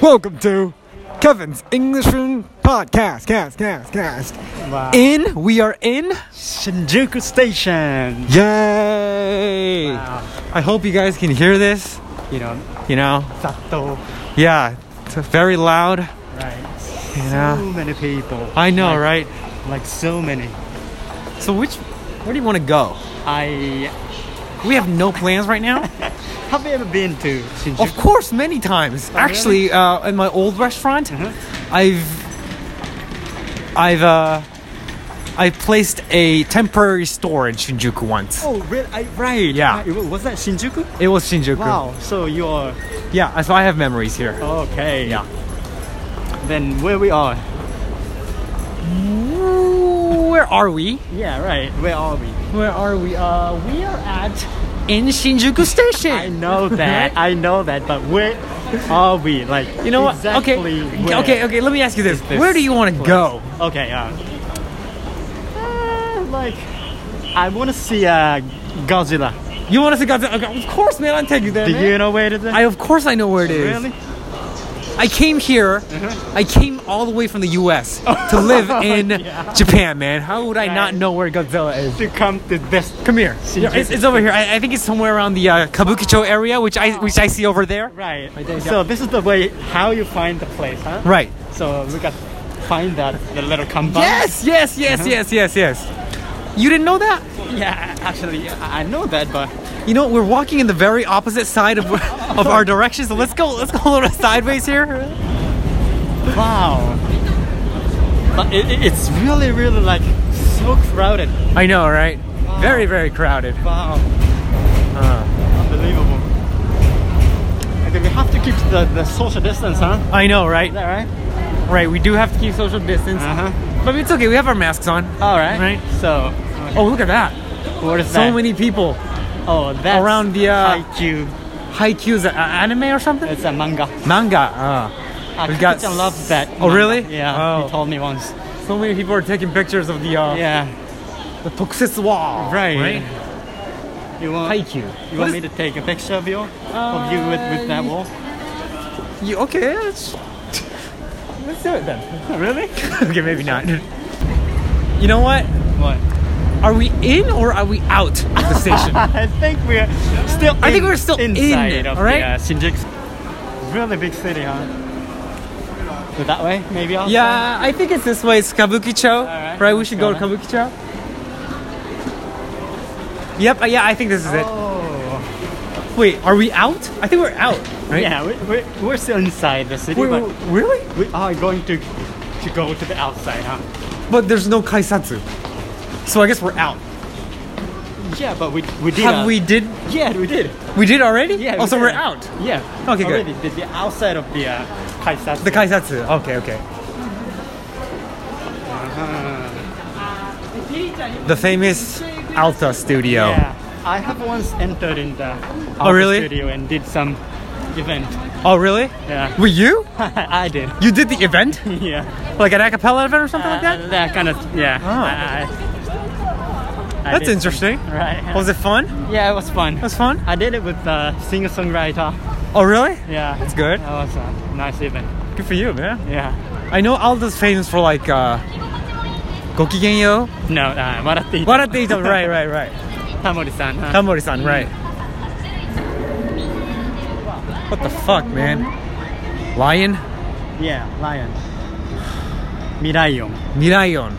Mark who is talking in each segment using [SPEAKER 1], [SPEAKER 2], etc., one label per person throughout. [SPEAKER 1] Welcome to Kevin's English Room Podcast. Cast, cast, cast.
[SPEAKER 2] Wow.
[SPEAKER 1] In, we are in.
[SPEAKER 2] Shinjuku Station.
[SPEAKER 1] Yay!
[SPEAKER 2] Wow.
[SPEAKER 1] I hope you guys can hear this.
[SPEAKER 2] You know,
[SPEAKER 1] You know,
[SPEAKER 2] Sato.
[SPEAKER 1] yeah, it's very loud.
[SPEAKER 2] Right.
[SPEAKER 1] Yeah.
[SPEAKER 2] So many people.
[SPEAKER 1] I know,
[SPEAKER 2] Like-
[SPEAKER 1] right?
[SPEAKER 2] Like so many.
[SPEAKER 1] So, which, where do you want to go?
[SPEAKER 2] I.
[SPEAKER 1] We have no plans right now.
[SPEAKER 2] Have you ever been to Shinjuku?
[SPEAKER 1] Of course, many times.
[SPEAKER 2] Oh, really?
[SPEAKER 1] Actually, uh, in my old restaurant,
[SPEAKER 2] Mhm.
[SPEAKER 1] I've I've uh, I placed a temporary store in Shinjuku once.
[SPEAKER 2] Oh, really? I,
[SPEAKER 1] Right. Yeah.
[SPEAKER 2] I- was that Shinjuku?
[SPEAKER 1] It was Shinjuku.
[SPEAKER 2] Wow. So you're
[SPEAKER 1] Yeah. So I have memories here.
[SPEAKER 2] okay.
[SPEAKER 1] Yeah.
[SPEAKER 2] Then where we are?
[SPEAKER 1] Where are we?
[SPEAKER 2] Yeah. Right. Where are we?
[SPEAKER 1] Where are we? Uh, we are at in Shinjuku Station.
[SPEAKER 2] I know that. I know that. But where are we? Like
[SPEAKER 1] You know what?
[SPEAKER 2] exactly
[SPEAKER 1] okay.
[SPEAKER 2] where
[SPEAKER 1] Okay. Okay. Let me ask you this.
[SPEAKER 2] this
[SPEAKER 1] Where do you want to
[SPEAKER 2] place?
[SPEAKER 1] go?
[SPEAKER 2] Okay. Uh, uh, like I want to see uh, Godzilla.
[SPEAKER 1] You want us to go? To, okay, of course, man. I'll take you there.
[SPEAKER 2] Do
[SPEAKER 1] man.
[SPEAKER 2] you know where it is?
[SPEAKER 1] I of course I know where it is.
[SPEAKER 2] really?
[SPEAKER 1] I came here.
[SPEAKER 2] Uh-huh. Oh,
[SPEAKER 1] I came all the way from the U.S. to live in
[SPEAKER 2] Yeah.
[SPEAKER 1] Japan, man. How would I not
[SPEAKER 2] Right.
[SPEAKER 1] know where Godzilla is?
[SPEAKER 2] To come to this.
[SPEAKER 1] Come here.
[SPEAKER 2] Shinjuku.
[SPEAKER 1] It's, it's over here. I, I think it's somewhere around the uh, Kabukicho area, which I which I see over there.
[SPEAKER 2] Right.
[SPEAKER 1] Right there,
[SPEAKER 2] So this is the way how you find the place, huh?
[SPEAKER 1] Right.
[SPEAKER 2] So we got find that the little compound.
[SPEAKER 1] Yes. Yes. Yes. Yes. Yes. Yes. You didn't know that?
[SPEAKER 2] Yeah. Actually, I I know that, but
[SPEAKER 1] You know we're walking in the very opposite side of of our direction. So let's go. Let's go a little sideways here.
[SPEAKER 2] wow. But it, it- it's really, really like so crowded.
[SPEAKER 1] I know, right? Very very crowded.
[SPEAKER 2] Wow.
[SPEAKER 1] Uh,
[SPEAKER 2] Unbelievable. Okay, we have to keep the, the social distance, huh?
[SPEAKER 1] I know,
[SPEAKER 2] Is
[SPEAKER 1] right?
[SPEAKER 2] that right?
[SPEAKER 1] Right. We do have to keep social distance,
[SPEAKER 2] huh.
[SPEAKER 1] but it's okay. We have our masks on.
[SPEAKER 2] All right.
[SPEAKER 1] Uh-huh. Right.
[SPEAKER 2] So,
[SPEAKER 1] Oh, look at that.
[SPEAKER 2] what is
[SPEAKER 1] So
[SPEAKER 2] that?
[SPEAKER 1] many people.
[SPEAKER 2] Oh, that's
[SPEAKER 1] around the, uh,
[SPEAKER 2] Haikyuu.
[SPEAKER 1] Haikyuu's a- a anime or something?
[SPEAKER 2] It's a manga.
[SPEAKER 1] Manga. Uh,
[SPEAKER 2] Uh,
[SPEAKER 1] We got
[SPEAKER 2] Kakuchan loves that.
[SPEAKER 1] Oh, really?
[SPEAKER 2] Yeah.
[SPEAKER 1] Oh.
[SPEAKER 2] He told me once.
[SPEAKER 1] so many people are taking pictures of the uh,
[SPEAKER 2] Yeah.
[SPEAKER 1] the Tokusetsu wall.
[SPEAKER 2] You want?
[SPEAKER 1] Haikyuu.
[SPEAKER 2] You
[SPEAKER 1] What
[SPEAKER 2] want
[SPEAKER 1] is- Uh,
[SPEAKER 2] me to take a picture of you? of you with, with that wall?
[SPEAKER 1] You, okay, let's, let's do it then.
[SPEAKER 2] really?
[SPEAKER 1] okay, maybe not. You know what?
[SPEAKER 2] What?
[SPEAKER 1] Are we in or are we out of the station?
[SPEAKER 2] I think we're still.
[SPEAKER 1] I think
[SPEAKER 2] in-
[SPEAKER 1] we're still in,
[SPEAKER 2] inside Of
[SPEAKER 1] all right?
[SPEAKER 2] The, uh, Shinjuku. Really big city, huh? So that way, maybe. Also?
[SPEAKER 1] yeah, I think it's this way. It's Kabukicho.
[SPEAKER 2] right,
[SPEAKER 1] right, we
[SPEAKER 2] let's
[SPEAKER 1] should go
[SPEAKER 2] go
[SPEAKER 1] to Kabukicho. Yep, uh, yeah, I think this is it.
[SPEAKER 2] Oh.
[SPEAKER 1] Wait, are we out? I think we're out, right?
[SPEAKER 2] Yeah, we, we're, we're still inside the city,
[SPEAKER 1] Wait,
[SPEAKER 2] but
[SPEAKER 1] wait, really?
[SPEAKER 2] we are going to to go to the outside, huh?
[SPEAKER 1] But there's no kaisatsu. So I guess we're out.
[SPEAKER 2] Yeah, but we we did.
[SPEAKER 1] Have
[SPEAKER 2] uh,
[SPEAKER 1] we did
[SPEAKER 2] Yeah, we did.
[SPEAKER 1] we did already?
[SPEAKER 2] Yeah.
[SPEAKER 1] Oh,
[SPEAKER 2] we
[SPEAKER 1] so
[SPEAKER 2] did.
[SPEAKER 1] we're out.
[SPEAKER 2] Yeah.
[SPEAKER 1] Okay, good.
[SPEAKER 2] Already, The, the outside of the uh, kaisatsu.
[SPEAKER 1] The kaisatsu. Okay, okay. The famous Alta Studio.
[SPEAKER 2] Yeah, I have once entered in the
[SPEAKER 1] Oh, really?
[SPEAKER 2] studio and did some event.
[SPEAKER 1] Oh, really?
[SPEAKER 2] Yeah,
[SPEAKER 1] Were you?
[SPEAKER 2] I did.
[SPEAKER 1] You did the event?
[SPEAKER 2] Yeah,
[SPEAKER 1] Like an a cappella event or something like that?
[SPEAKER 2] Uh, that kind of yeah.
[SPEAKER 1] Oh.
[SPEAKER 2] I- I- I
[SPEAKER 1] That's
[SPEAKER 2] did
[SPEAKER 1] interesting.
[SPEAKER 2] some- right?
[SPEAKER 1] Was it fun?
[SPEAKER 2] Yeah, it was fun.
[SPEAKER 1] It was fun?
[SPEAKER 2] I did it with the singer-songwriter.
[SPEAKER 1] Oh, really?
[SPEAKER 2] Yeah,
[SPEAKER 1] That's good.
[SPEAKER 2] That was a nice event.
[SPEAKER 1] Good for you, man.
[SPEAKER 2] Yeah.
[SPEAKER 1] I know Alta's famous for like uh Gokigenyo.
[SPEAKER 2] No, uh, 笑っていい。
[SPEAKER 1] Warateita. Right, right, right.
[SPEAKER 2] タモリさん。huh?
[SPEAKER 1] Tamori-san, right. What the fuck, man? Lion?
[SPEAKER 2] Yeah, lion. ミライオン。
[SPEAKER 1] Mirayon.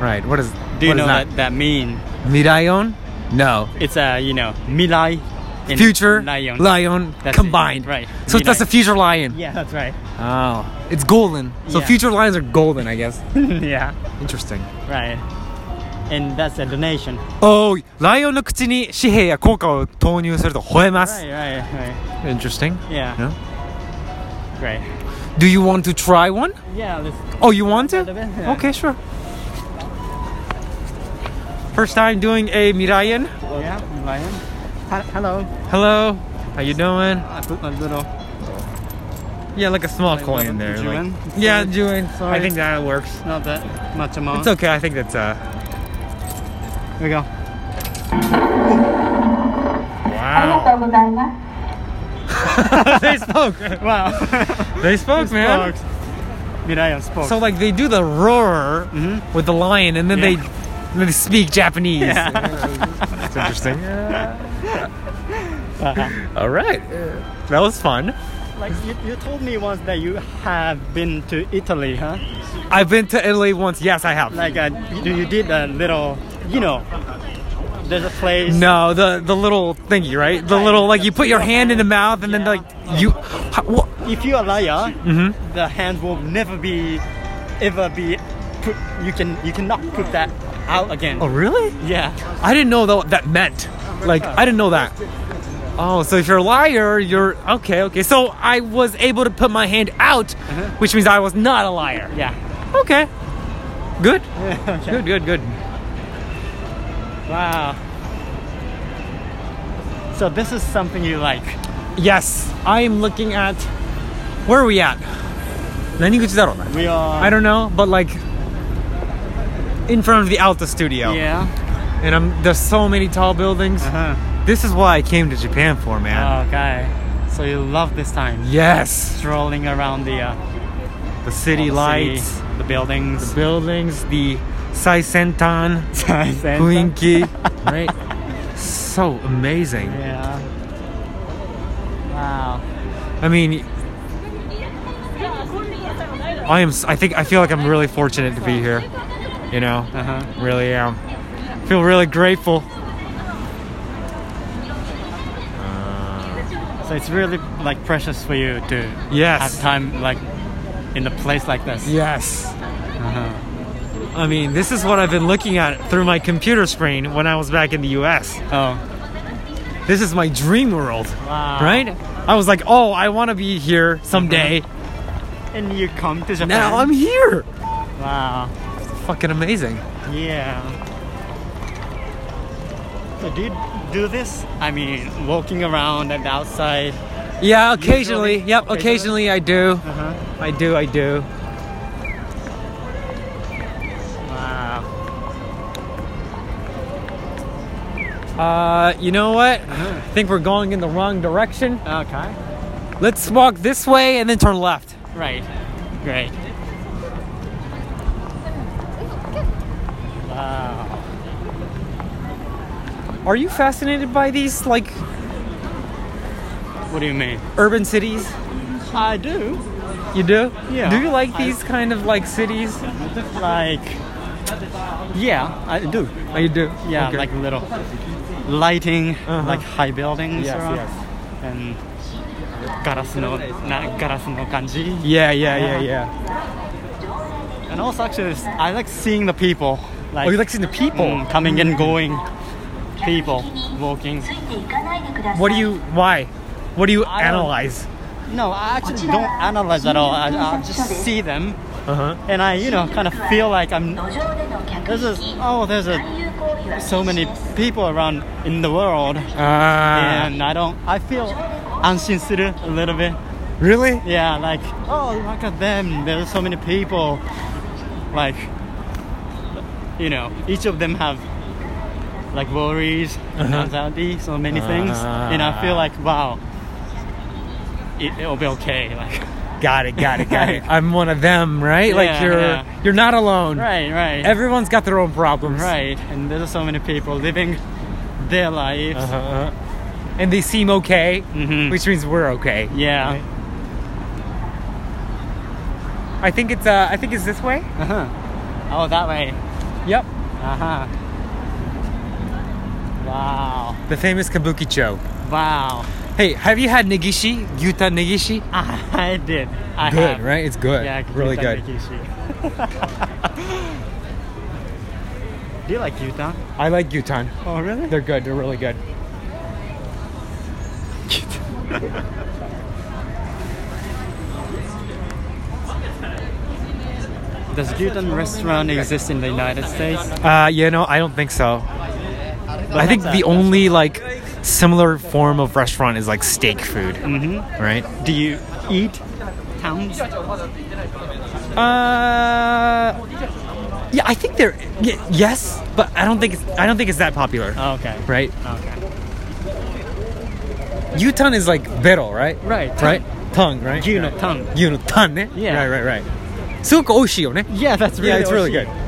[SPEAKER 1] Right, what is
[SPEAKER 2] Do you
[SPEAKER 1] what is
[SPEAKER 2] know that that mean?
[SPEAKER 1] Mirayon? No.
[SPEAKER 2] It's a you know 未来 in
[SPEAKER 1] Future
[SPEAKER 2] lion.
[SPEAKER 1] lion
[SPEAKER 2] That's it,
[SPEAKER 1] combined.
[SPEAKER 2] right.
[SPEAKER 1] So that's
[SPEAKER 2] Mirai.
[SPEAKER 1] the future lion.
[SPEAKER 2] Yeah, that's right.
[SPEAKER 1] Oh. It's golden. So
[SPEAKER 2] Yeah.
[SPEAKER 1] future lions are golden, I guess.
[SPEAKER 2] yeah,
[SPEAKER 1] Interesting.
[SPEAKER 2] right. And that's a donation.
[SPEAKER 1] Oh, lion の口に紙幣や硬貨を投入すると吠えます
[SPEAKER 2] Right, right, right.
[SPEAKER 1] Interesting.
[SPEAKER 2] Yeah.
[SPEAKER 1] No?
[SPEAKER 2] Great.
[SPEAKER 1] Do you want to try one?
[SPEAKER 2] Yeah, let's.
[SPEAKER 1] Oh, you want to?
[SPEAKER 2] little bit, yeah.
[SPEAKER 1] Okay, sure. First time doing a Mirayan.
[SPEAKER 2] Yeah, lion. Hi- Hello.
[SPEAKER 1] Hello, how you doing?
[SPEAKER 2] I put a little.
[SPEAKER 1] Yeah, like a small
[SPEAKER 2] Like
[SPEAKER 1] coin
[SPEAKER 2] eleven
[SPEAKER 1] in there.
[SPEAKER 2] yuan?
[SPEAKER 1] Like, yeah,
[SPEAKER 2] Sorry.
[SPEAKER 1] doing.
[SPEAKER 2] Sorry.
[SPEAKER 1] I think that works.
[SPEAKER 2] Not that much amount.
[SPEAKER 1] It's okay. I think that's uh.
[SPEAKER 2] Here we go.
[SPEAKER 3] ありが
[SPEAKER 1] Wow.
[SPEAKER 3] とうございます。
[SPEAKER 2] they spoke. Wow.
[SPEAKER 1] They spoke,
[SPEAKER 2] They
[SPEAKER 1] man.
[SPEAKER 2] spoke. Mirayan spoke.
[SPEAKER 1] So like they do the roar with the lion, and then
[SPEAKER 2] Mm-hmm. Yeah.
[SPEAKER 1] they they speak Japanese.
[SPEAKER 2] Yeah.
[SPEAKER 1] That's interesting. All right, that was fun.
[SPEAKER 2] like you, you told me once that you have been to Italy, huh?
[SPEAKER 1] I've been to Italy once. Yes, I have.
[SPEAKER 2] Like uh, you, you did a little, you know, there's a place.
[SPEAKER 1] No, the the little thingy, right? The little like you put your hand in the mouth, and then like you. Ha- wha-
[SPEAKER 2] If you are liar,
[SPEAKER 1] Mm-hmm.
[SPEAKER 2] the hand will never be, ever be. Put, you can you cannot put that out again.
[SPEAKER 1] Oh, really?
[SPEAKER 2] Yeah.
[SPEAKER 1] I didn't know tho- what that meant. Like, I didn't know that. Oh, so if you're a liar, you're okay, okay. So I was able to put my hand out, which means I was not a liar.
[SPEAKER 2] Uh-huh. Yeah.
[SPEAKER 1] Okay. Good.
[SPEAKER 2] okay.
[SPEAKER 1] Good, good, good.
[SPEAKER 2] Wow. So this is something you like.
[SPEAKER 1] Yes, I am looking at. Where are we at? 何口だろうな?
[SPEAKER 2] We are.
[SPEAKER 1] I don't know, but like in front of the Alta studio.
[SPEAKER 2] Yeah.
[SPEAKER 1] And I'm, there's so many tall buildings.
[SPEAKER 2] Uh-huh. Uh.
[SPEAKER 1] This is what I came to Japan for, man.
[SPEAKER 2] Okay. So you love this time
[SPEAKER 1] yes.
[SPEAKER 2] strolling around the, uh,
[SPEAKER 1] The city
[SPEAKER 2] Oh, the
[SPEAKER 1] lights.
[SPEAKER 2] city, the buildings.
[SPEAKER 1] buildings, the Saisentan Huinki, right? So amazing.
[SPEAKER 2] Yeah. Wow.
[SPEAKER 1] I mean, I am. s- I think I feel like I'm really fortunate to be here. You know,
[SPEAKER 2] Uh-huh.
[SPEAKER 1] really am. Feel really grateful.
[SPEAKER 2] So it's really like precious for you to
[SPEAKER 1] Yes.
[SPEAKER 2] have time like in a place like this.
[SPEAKER 1] Yes.
[SPEAKER 2] Uh-huh.
[SPEAKER 1] I mean, this is what I've been looking at through my computer screen when I was back in the U.S.
[SPEAKER 2] Oh.
[SPEAKER 1] This is my dream world,
[SPEAKER 2] Wow.
[SPEAKER 1] right? I was like, oh, I want to be here someday.
[SPEAKER 2] Mm-hmm. And you come to Japan.
[SPEAKER 1] Now I'm here.
[SPEAKER 2] Wow.
[SPEAKER 1] Fucking amazing.
[SPEAKER 2] Yeah. So do you do this? I mean, walking around and outside.
[SPEAKER 1] Yeah, occasionally.
[SPEAKER 2] Usually?
[SPEAKER 1] Yep,
[SPEAKER 2] Occasionally?
[SPEAKER 1] occasionally I do.
[SPEAKER 2] Uh-huh.
[SPEAKER 1] I do, I do.
[SPEAKER 2] Wow.
[SPEAKER 1] Uh, you know what?
[SPEAKER 2] Uh-huh.
[SPEAKER 1] I think we're going in the wrong direction.
[SPEAKER 2] Okay.
[SPEAKER 1] Let's walk this way and then turn left.
[SPEAKER 2] Right. Great. Wow.
[SPEAKER 1] Are you fascinated by these like
[SPEAKER 2] What do you mean?
[SPEAKER 1] urban cities?
[SPEAKER 2] I do.
[SPEAKER 1] You do?
[SPEAKER 2] Yeah.
[SPEAKER 1] Do you like
[SPEAKER 2] I-
[SPEAKER 1] these kind of like cities?
[SPEAKER 2] Like. Yeah, I do.
[SPEAKER 1] Oh, you do.
[SPEAKER 2] Yeah,
[SPEAKER 1] Okay.
[SPEAKER 2] like little lighting,
[SPEAKER 1] Uh-huh.
[SPEAKER 2] like high buildings.
[SPEAKER 1] Yes,
[SPEAKER 2] around,
[SPEAKER 1] yes.
[SPEAKER 2] And. ガラスのなガラスの感じ
[SPEAKER 1] Yeah, yeah, yeah,
[SPEAKER 2] Yeah.
[SPEAKER 1] yeah.
[SPEAKER 2] And also, actually, it's- I like seeing the people. Like,
[SPEAKER 1] Oh, you like seeing the people.
[SPEAKER 2] mm, coming and going. People walking.
[SPEAKER 1] what do you? Why? What do you
[SPEAKER 2] I don't-
[SPEAKER 1] analyze?
[SPEAKER 2] No, I actually don't analyze at all. I, I just see them,
[SPEAKER 1] Uh huh.
[SPEAKER 2] and I, you know, kind of feel like I'm. This
[SPEAKER 3] This
[SPEAKER 2] is oh, there's a, so many people around in the world,
[SPEAKER 1] Ah.
[SPEAKER 2] and I don't. I feel 安心する a little bit.
[SPEAKER 1] Uh, really?
[SPEAKER 2] Yeah, like oh, look at them. There's so many people. Like, you know, each of them have like worries,
[SPEAKER 1] Uh-huh.
[SPEAKER 2] and anxiety, so many things, and I feel like wow, it, it'll be okay. Like,
[SPEAKER 1] Got it, got it, got it. I'm one of them, right? like
[SPEAKER 2] Yeah,
[SPEAKER 1] you're
[SPEAKER 2] yeah.
[SPEAKER 1] you're not alone.
[SPEAKER 2] right, right,
[SPEAKER 1] Everyone's got their own problems.
[SPEAKER 2] right. And there's so many people living their lives.
[SPEAKER 1] Uh-huh. And they seem okay,
[SPEAKER 2] Mhm.
[SPEAKER 1] which means we're okay.
[SPEAKER 2] Yeah.
[SPEAKER 1] Right? I think it's uh, I think it's this way.
[SPEAKER 2] Uh-huh. Oh, that way.
[SPEAKER 1] Yep.
[SPEAKER 2] Uh huh. Wow.
[SPEAKER 1] The famous kabukicho.
[SPEAKER 2] Wow.
[SPEAKER 1] Hey, have you had negishi? Yuta negishi?
[SPEAKER 2] I did. I
[SPEAKER 1] good,
[SPEAKER 2] have.
[SPEAKER 1] right? It's good.
[SPEAKER 2] Yeah,
[SPEAKER 1] really
[SPEAKER 2] Utah
[SPEAKER 1] good.
[SPEAKER 2] Mikishi. Do you like Utah?
[SPEAKER 1] I like Yutan.
[SPEAKER 2] Oh, really?
[SPEAKER 1] They're good. They're really good.
[SPEAKER 2] Does Gyutan restaurant exist in the United States?
[SPEAKER 1] Uh, you know, I don't think so. I think the only like similar form of restaurant is like steak food,
[SPEAKER 2] Mm-hmm.
[SPEAKER 1] right?
[SPEAKER 2] Do you eat towns?
[SPEAKER 1] Uh, yeah, I think they're y- yes,
[SPEAKER 2] Uh.
[SPEAKER 1] Oh, but I don't think it's I don't think it's that popular,
[SPEAKER 2] Okay.
[SPEAKER 1] right?
[SPEAKER 2] Okay.
[SPEAKER 1] Yutan is like barrel, right?
[SPEAKER 2] Right.
[SPEAKER 1] Right? Tongue, right?
[SPEAKER 2] Gyuu no tongue.
[SPEAKER 1] You know, tan, ne?
[SPEAKER 2] Yeah.
[SPEAKER 1] Right, right, right. すごく美味しいよね。
[SPEAKER 2] Yeah, that's really
[SPEAKER 1] yeah, it's really good.
[SPEAKER 2] oshi.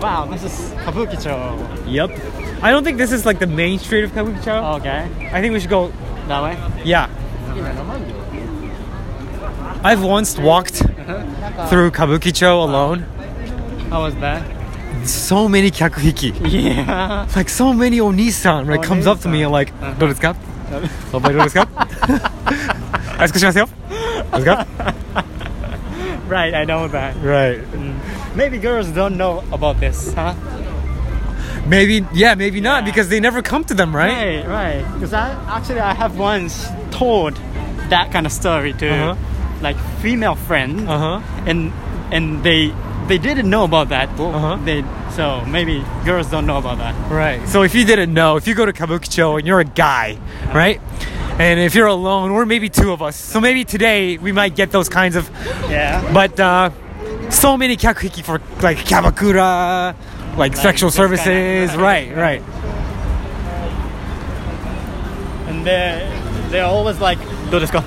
[SPEAKER 2] Wow, this is Kabukicho.
[SPEAKER 1] Yep. I don't think this is like the main street of Kabukicho.
[SPEAKER 2] Okay,
[SPEAKER 1] I think we should go.
[SPEAKER 2] that way.
[SPEAKER 1] Yeah. I've once walked through Kabukicho alone.
[SPEAKER 2] I was there.
[SPEAKER 1] So many kakuhiki.
[SPEAKER 2] Yeah.
[SPEAKER 1] Like so many onisan like comes up to me and like,
[SPEAKER 2] Onisan.
[SPEAKER 1] どうです か？おっぱいどうです か？あ、少ししますよ。どうですか
[SPEAKER 2] Right, I know that.
[SPEAKER 1] ？Right.
[SPEAKER 2] Maybe girls don't know about this, huh?
[SPEAKER 1] Maybe yeah, maybe not
[SPEAKER 2] Yeah.
[SPEAKER 1] because they never come to them, right?
[SPEAKER 2] Right, right. Because I actually I have once told that kind of story to
[SPEAKER 1] Uh-huh.
[SPEAKER 2] like female friend,
[SPEAKER 1] Uh huh.
[SPEAKER 2] and and they they didn't know about that.
[SPEAKER 1] Uh-huh.
[SPEAKER 2] They so maybe girls don't know about that.
[SPEAKER 1] Right. So if you didn't know, if you go to Kabukicho and you're a guy, right? And if you're alone, or maybe two of us, so maybe today we might get those kinds of.
[SPEAKER 2] Yeah.
[SPEAKER 1] But uh, so many kakuhiki for like kabakura, like, sexual
[SPEAKER 2] this kind of-
[SPEAKER 1] services, right,
[SPEAKER 2] right.
[SPEAKER 1] right,
[SPEAKER 2] And they they're always like, "Do this go,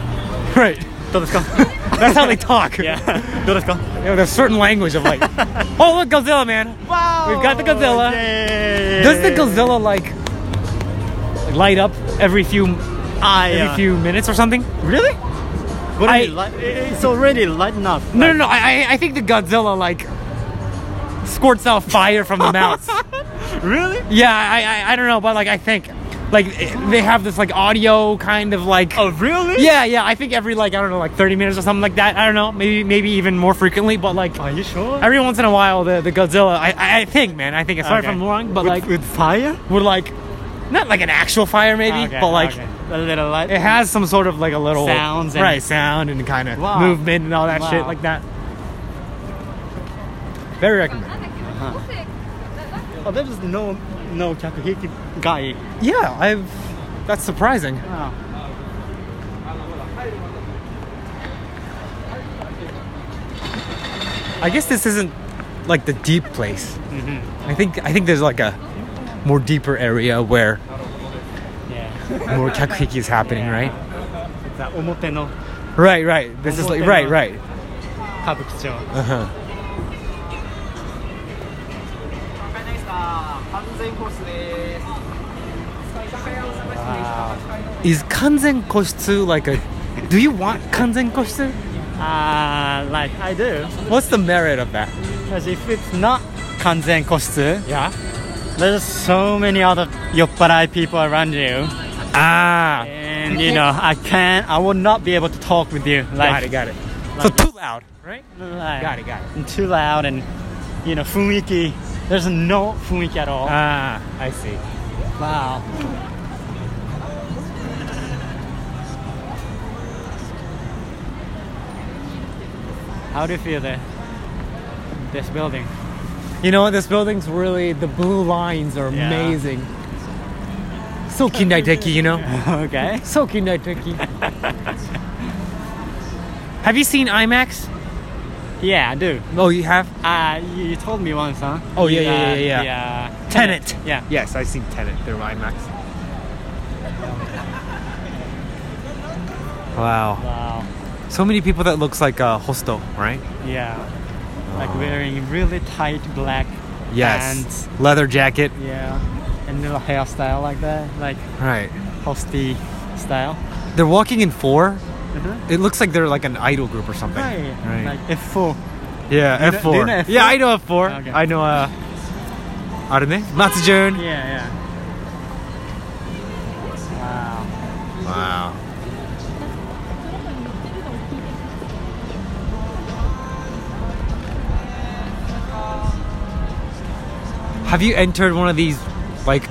[SPEAKER 1] right.
[SPEAKER 2] do this go."
[SPEAKER 1] That's how they talk.
[SPEAKER 2] yeah. Do this go.
[SPEAKER 1] You know, there's certain language of like, oh look, Godzilla, man.
[SPEAKER 2] Wow.
[SPEAKER 1] We've got the Godzilla.
[SPEAKER 2] Yay.
[SPEAKER 1] Does the Godzilla like light up every few
[SPEAKER 2] I,
[SPEAKER 1] every
[SPEAKER 2] uh,
[SPEAKER 1] few minutes or something?
[SPEAKER 2] Really? What do
[SPEAKER 1] I-
[SPEAKER 2] you mean, light- it's already lighting up.
[SPEAKER 1] No, no, no. I, I- I think the Godzilla like squirts out fire from the mouth.
[SPEAKER 2] Really?
[SPEAKER 1] yeah, I, I, I don't know, but like I think, like it- they have this like audio kind of like.
[SPEAKER 2] Oh, really?
[SPEAKER 1] Yeah, yeah. I think every like I don't know, like 30 minutes or something like that. I don't know. Maybe maybe even more frequently, but like
[SPEAKER 2] Are you sure?
[SPEAKER 1] every once in a while, the the Godzilla. I- I I think, man. I think. Sorry if
[SPEAKER 2] Okay.
[SPEAKER 1] I'm wrong, but
[SPEAKER 2] with,
[SPEAKER 1] like
[SPEAKER 2] with fire,
[SPEAKER 1] would like not like an actual fire maybe,
[SPEAKER 2] Okay,
[SPEAKER 1] but like.
[SPEAKER 2] okay. a little light.
[SPEAKER 1] It has some sort of like a little
[SPEAKER 2] Sounds and-
[SPEAKER 1] right sound and kind of
[SPEAKER 2] Wow.
[SPEAKER 1] movement and all that shit
[SPEAKER 2] Wow.
[SPEAKER 1] like that. Very recommend.
[SPEAKER 2] Oh, there is no no kakuhiki guy.
[SPEAKER 1] Yeah, I've. That's surprising.
[SPEAKER 2] Wow.
[SPEAKER 1] I guess this isn't like the deep place.
[SPEAKER 2] Mm-hmm.
[SPEAKER 1] I think I think there's like a more deeper area where
[SPEAKER 2] Yeah.
[SPEAKER 1] more kakuhiki is happening,
[SPEAKER 2] Yeah.
[SPEAKER 1] right?
[SPEAKER 2] It's that omote no
[SPEAKER 1] Right, right. This is like right, right.
[SPEAKER 2] kabukicho.
[SPEAKER 1] Uh huh.
[SPEAKER 2] わ
[SPEAKER 1] Is kanzen koshitsu like a? Do you want kanzen koshitsu?
[SPEAKER 2] Ah, like I do.
[SPEAKER 1] What's the merit of that?
[SPEAKER 2] Because if it's not kanzen kosutsu,
[SPEAKER 1] Yeah.
[SPEAKER 2] there's so many other yopparai people around you,
[SPEAKER 1] Ah.
[SPEAKER 2] and you know I can't, I will not be able to talk with you.
[SPEAKER 1] Got
[SPEAKER 2] Like,
[SPEAKER 1] it, got it. So too loud, right?
[SPEAKER 2] like
[SPEAKER 1] Got it, got it.
[SPEAKER 2] and too loud, and you know funiki. There's no funiki at all.
[SPEAKER 1] Ah, I see.
[SPEAKER 2] Wow. How do you feel there? This building.
[SPEAKER 1] You know what? This building's really the blue lines are
[SPEAKER 2] Yeah.
[SPEAKER 1] amazing. So kindaiteki, you know.
[SPEAKER 2] okay.
[SPEAKER 1] So kindaiteki. have you seen IMAX?
[SPEAKER 2] Yeah, I do.
[SPEAKER 1] Oh, you have.
[SPEAKER 2] Uh, you, you told me once, huh?
[SPEAKER 1] Oh, yeah, yeah, yeah, yeah,
[SPEAKER 2] yeah. The, uh,
[SPEAKER 1] Tenet.
[SPEAKER 2] Yeah.
[SPEAKER 1] Yes, I've seen Tenet through IMAX. Wow.
[SPEAKER 2] Wow.
[SPEAKER 1] So many people that looks like a hosto, right?
[SPEAKER 2] Yeah. Like wearing really tight black
[SPEAKER 1] Yes.
[SPEAKER 2] pants.
[SPEAKER 1] Leather jacket.
[SPEAKER 2] Yeah. And little hairstyle like that, like
[SPEAKER 1] Right.
[SPEAKER 2] hosty style.
[SPEAKER 1] They're walking in four.
[SPEAKER 2] Uh-huh.
[SPEAKER 1] It looks like they're like an idol group or something.
[SPEAKER 2] Right.
[SPEAKER 1] Right.
[SPEAKER 2] Like F4.
[SPEAKER 1] yeah,
[SPEAKER 2] do you
[SPEAKER 1] F4.
[SPEAKER 2] know F4?
[SPEAKER 1] Yeah, I know F4.
[SPEAKER 2] Okay.
[SPEAKER 1] I know uh Arne, Matsujun.
[SPEAKER 2] Yeah, yeah. Wow.
[SPEAKER 1] Wow. Have you entered one of these like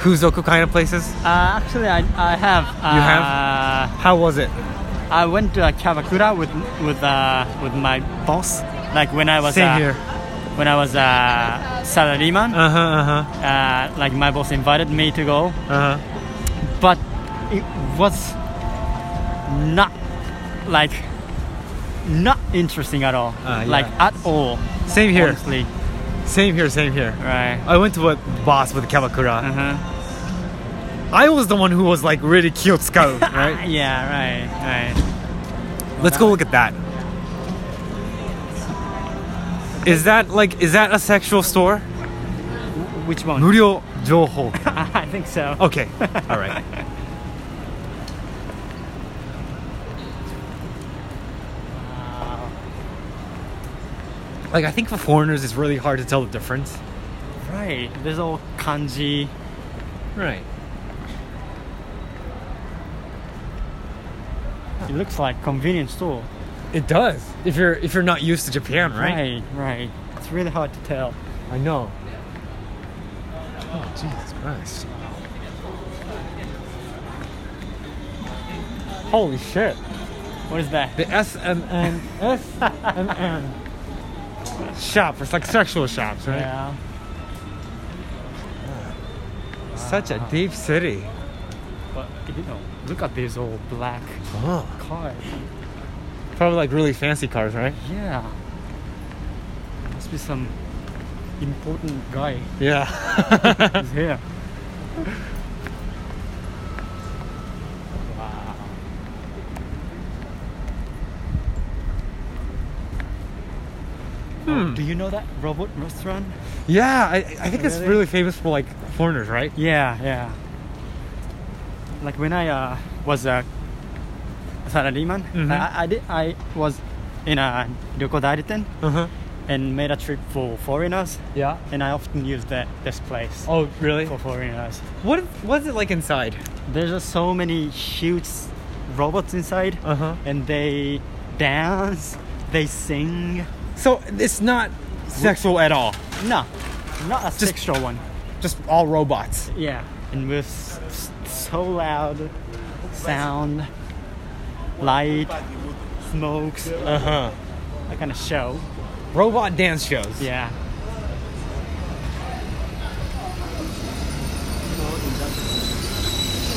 [SPEAKER 1] Huzoku kind of places?
[SPEAKER 2] Uh, actually, I, I have. Uh,
[SPEAKER 1] You How was it?
[SPEAKER 2] I went to a Kawakura with with uh, with my boss. Like when I was
[SPEAKER 1] Same
[SPEAKER 2] uh,
[SPEAKER 1] here.
[SPEAKER 2] when I was a uh, salaryman.
[SPEAKER 1] Uh huh. Uh huh.
[SPEAKER 2] Uh, like my boss invited me to go,
[SPEAKER 1] Uh huh.
[SPEAKER 2] but it was not like not interesting at all.
[SPEAKER 1] Ah, yeah.
[SPEAKER 2] Like at all.
[SPEAKER 1] Same here.
[SPEAKER 2] Honestly,
[SPEAKER 1] Same here. Same here.
[SPEAKER 2] right. Mm-hmm.
[SPEAKER 1] Uh-huh. I went to a boss with Kawakura.
[SPEAKER 2] Uh huh.
[SPEAKER 1] I was the one who was like really cute scout, right?
[SPEAKER 2] Yeah, right, right.
[SPEAKER 1] Let's go look at that. Is that like is that a sexual store?
[SPEAKER 2] Which one?
[SPEAKER 1] Murio Joho.
[SPEAKER 2] I think so.
[SPEAKER 1] Okay. All right.
[SPEAKER 2] Wow.
[SPEAKER 1] Like I think for foreigners it's really hard to tell the difference.
[SPEAKER 2] right. There's all kanji.
[SPEAKER 1] Right.
[SPEAKER 2] It looks like convenience store.
[SPEAKER 1] It does. If you're if you're not used to Japan, right?
[SPEAKER 2] Right, right. It's really hard to tell.
[SPEAKER 1] I know. Oh Jesus Christ. Holy shit.
[SPEAKER 2] What is that?
[SPEAKER 1] The SMN SMN shop. It's like sexual shops, right?
[SPEAKER 2] Yeah.
[SPEAKER 1] Such a deep city.
[SPEAKER 2] But you know, look at this all black
[SPEAKER 1] Oh.
[SPEAKER 2] car.
[SPEAKER 1] Probably like really fancy cars, right?
[SPEAKER 2] Yeah. Must be some important guy
[SPEAKER 1] Yeah.
[SPEAKER 2] who's here. Wow. Oh,
[SPEAKER 1] Hmm.
[SPEAKER 2] do you know that robot restaurant?
[SPEAKER 1] yeah, I, I think it's
[SPEAKER 2] Really?
[SPEAKER 1] really famous for like foreigners, right?
[SPEAKER 2] Yeah, yeah. Like when I uh, was a salaryman,
[SPEAKER 1] Mhm.
[SPEAKER 2] I, I, did, I was in a Ryoko Dariten
[SPEAKER 1] Uh huh.
[SPEAKER 2] and made a trip for foreigners,
[SPEAKER 1] Yeah.
[SPEAKER 2] and I often use that this place
[SPEAKER 1] Oh, really?
[SPEAKER 2] for foreigners.
[SPEAKER 1] What what's it like inside?
[SPEAKER 2] There's just so many huge robots inside,
[SPEAKER 1] Uh huh.
[SPEAKER 2] and they dance, they sing.
[SPEAKER 1] So it's not sexual at all.
[SPEAKER 2] No, not a sexual one.
[SPEAKER 1] Just all robots.
[SPEAKER 2] Yeah, and with s- s- so loud sound, light, smokes,
[SPEAKER 1] Uh huh.
[SPEAKER 2] that kind of show.
[SPEAKER 1] Robot dance shows.
[SPEAKER 2] Yeah.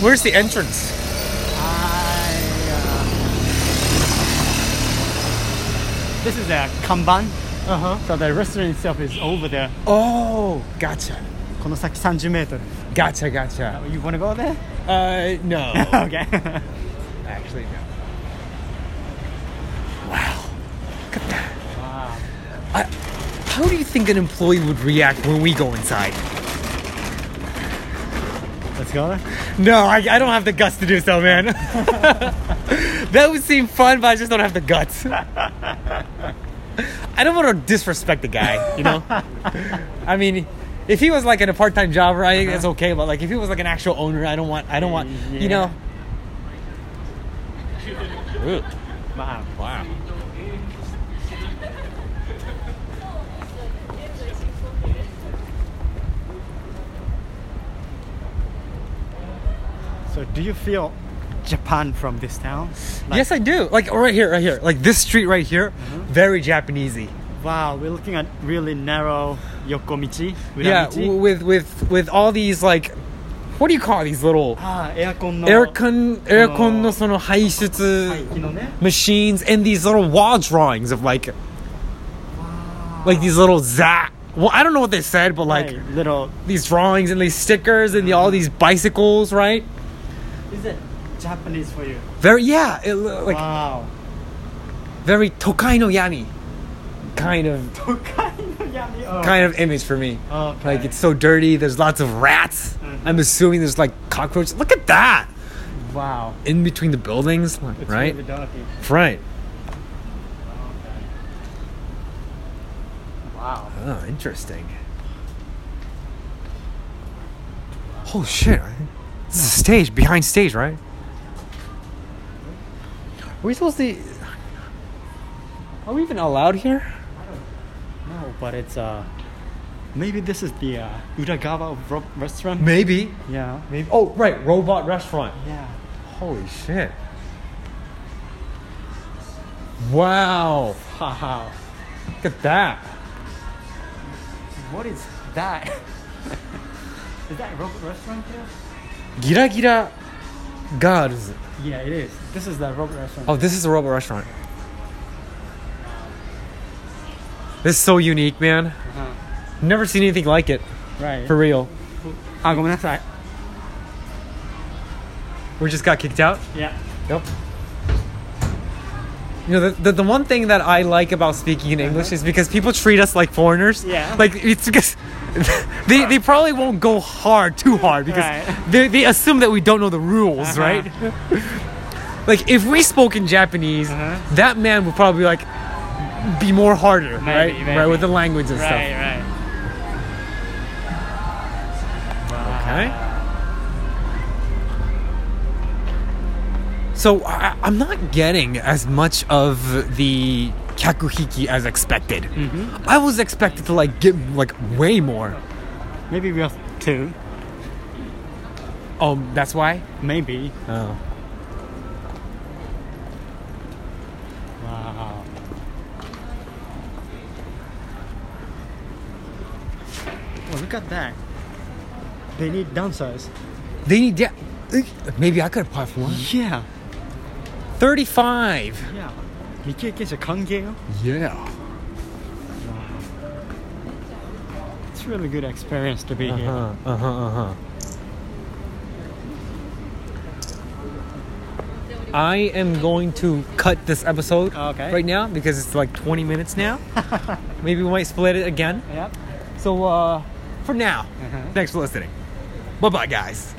[SPEAKER 1] Where's the entrance?
[SPEAKER 2] I, uh, this is a kanban,
[SPEAKER 1] Uh huh.
[SPEAKER 2] so the restaurant itself is over there.
[SPEAKER 1] Oh, gotcha.
[SPEAKER 2] この先30メートル.
[SPEAKER 1] Gotcha, gotcha.
[SPEAKER 2] You wanna go there?
[SPEAKER 1] Uh, no.
[SPEAKER 2] okay.
[SPEAKER 1] Actually, no.
[SPEAKER 2] wow.
[SPEAKER 1] How do you think an employee would react when we go inside?
[SPEAKER 2] Let's go.
[SPEAKER 1] No, I, I don't have the guts to do so, man. that would seem fun, but I just don't have the guts. I don't want to disrespect the guy, you know? I mean, if he was like in a part-time job, I think that's okay, but like if he was like an actual owner, I don't want I don't want, you know. Ooh,
[SPEAKER 2] Wow.
[SPEAKER 1] wow.
[SPEAKER 2] So do you feel Japan from this town? Like,
[SPEAKER 1] yes, I do. Like oh, right here, right here. Like this street right here,
[SPEAKER 2] Mm-hmm.
[SPEAKER 1] very Japanesey.
[SPEAKER 2] Wow, we're looking at really narrow Yokomichi.
[SPEAKER 1] Yeah,
[SPEAKER 2] Uramichi.
[SPEAKER 1] w- with with with all these like what do you call these little
[SPEAKER 2] ああ、エアコンの。
[SPEAKER 1] エアコン、エア
[SPEAKER 2] Uh-huh.
[SPEAKER 1] コンのその排出
[SPEAKER 2] 排気のね。
[SPEAKER 1] machines and these little wall drawings of like, like these little za. Well, I don't know what they said, but like
[SPEAKER 2] Right, Mm-hmm. little.
[SPEAKER 1] these drawings and these stickers and the, all these bicycles, right?
[SPEAKER 2] Is it Japanese for you?
[SPEAKER 1] Very yeah, it, lo- like
[SPEAKER 2] wow.
[SPEAKER 1] very Tokai no Yami kind of
[SPEAKER 2] 都会の闇。Oh.
[SPEAKER 1] kind of image for me.
[SPEAKER 2] Okay.
[SPEAKER 1] Like it's so dirty. There's lots of rats.
[SPEAKER 2] Mhm.
[SPEAKER 1] I'm assuming there's like cockroaches. Look at that
[SPEAKER 2] wow.
[SPEAKER 1] in between the buildings, like,
[SPEAKER 2] It's
[SPEAKER 1] right?
[SPEAKER 2] Really dirty.
[SPEAKER 1] Right.
[SPEAKER 2] Wow.
[SPEAKER 1] Oh, interesting. Oh shit! I- This is stage behind stage, right? Are we supposed to? Are we even allowed here?
[SPEAKER 2] No, but it's uh. Maybe this is the uh, Uragawa ro- restaurant.
[SPEAKER 1] Maybe.
[SPEAKER 2] Yeah.
[SPEAKER 1] Maybe. Oh right, robot restaurant.
[SPEAKER 2] Yeah.
[SPEAKER 1] Holy shit! Wow!
[SPEAKER 2] Wow.
[SPEAKER 1] Look at that.
[SPEAKER 2] What is that? is that a robot restaurant here?
[SPEAKER 1] Gira Gira Girls.
[SPEAKER 2] Yeah, it is. This is the robot restaurant.
[SPEAKER 1] Oh, this is a robot restaurant. This is so unique, man.
[SPEAKER 2] Uh-huh.
[SPEAKER 1] Never seen anything like it.
[SPEAKER 2] Right.
[SPEAKER 1] For real.
[SPEAKER 2] あ、ごめんなさい。
[SPEAKER 1] We just got kicked out.
[SPEAKER 2] Yeah.
[SPEAKER 1] Yep. You know, the, the, the one thing that I like about speaking in English is because people treat us like foreigners.
[SPEAKER 2] Uh-huh. Yeah.
[SPEAKER 1] Like, it's because they, they probably won't go hard, too hard, because
[SPEAKER 2] Right.
[SPEAKER 1] they, they assume that we don't know the rules,
[SPEAKER 2] Uh-huh.
[SPEAKER 1] right? like, if we spoke in Japanese,
[SPEAKER 2] Uh-huh.
[SPEAKER 1] that man would probably, like, be more harder,
[SPEAKER 2] Maybe,
[SPEAKER 1] right? Right,
[SPEAKER 2] maybe.
[SPEAKER 1] with the language and
[SPEAKER 2] Right,
[SPEAKER 1] stuff.
[SPEAKER 2] right.
[SPEAKER 1] Okay. So I, I'm not getting as much of the kakuhiki as expected. I was expected to like get like way more.
[SPEAKER 2] Maybe we have two.
[SPEAKER 1] Um, that's why.
[SPEAKER 2] Maybe.
[SPEAKER 1] Oh.
[SPEAKER 2] Wow. Well, Oh, look at that. They need dancers.
[SPEAKER 1] They need yeah. eh, Maybe I could apply for one.
[SPEAKER 2] Yeah.
[SPEAKER 1] Thirty-five.
[SPEAKER 2] Yeah. 未経験者歓迎よ。
[SPEAKER 1] Yeah.
[SPEAKER 2] It's really good experience to be
[SPEAKER 1] Uh
[SPEAKER 2] here.
[SPEAKER 1] huh. Uh huh. Uh huh. I am going to cut this episode
[SPEAKER 2] Okay.
[SPEAKER 1] right now because it's like 20 minutes now. Maybe we might split it again.
[SPEAKER 2] Yep.
[SPEAKER 1] So, uh, for now,
[SPEAKER 2] Uh-huh.
[SPEAKER 1] thanks for listening. Bye bye, guys.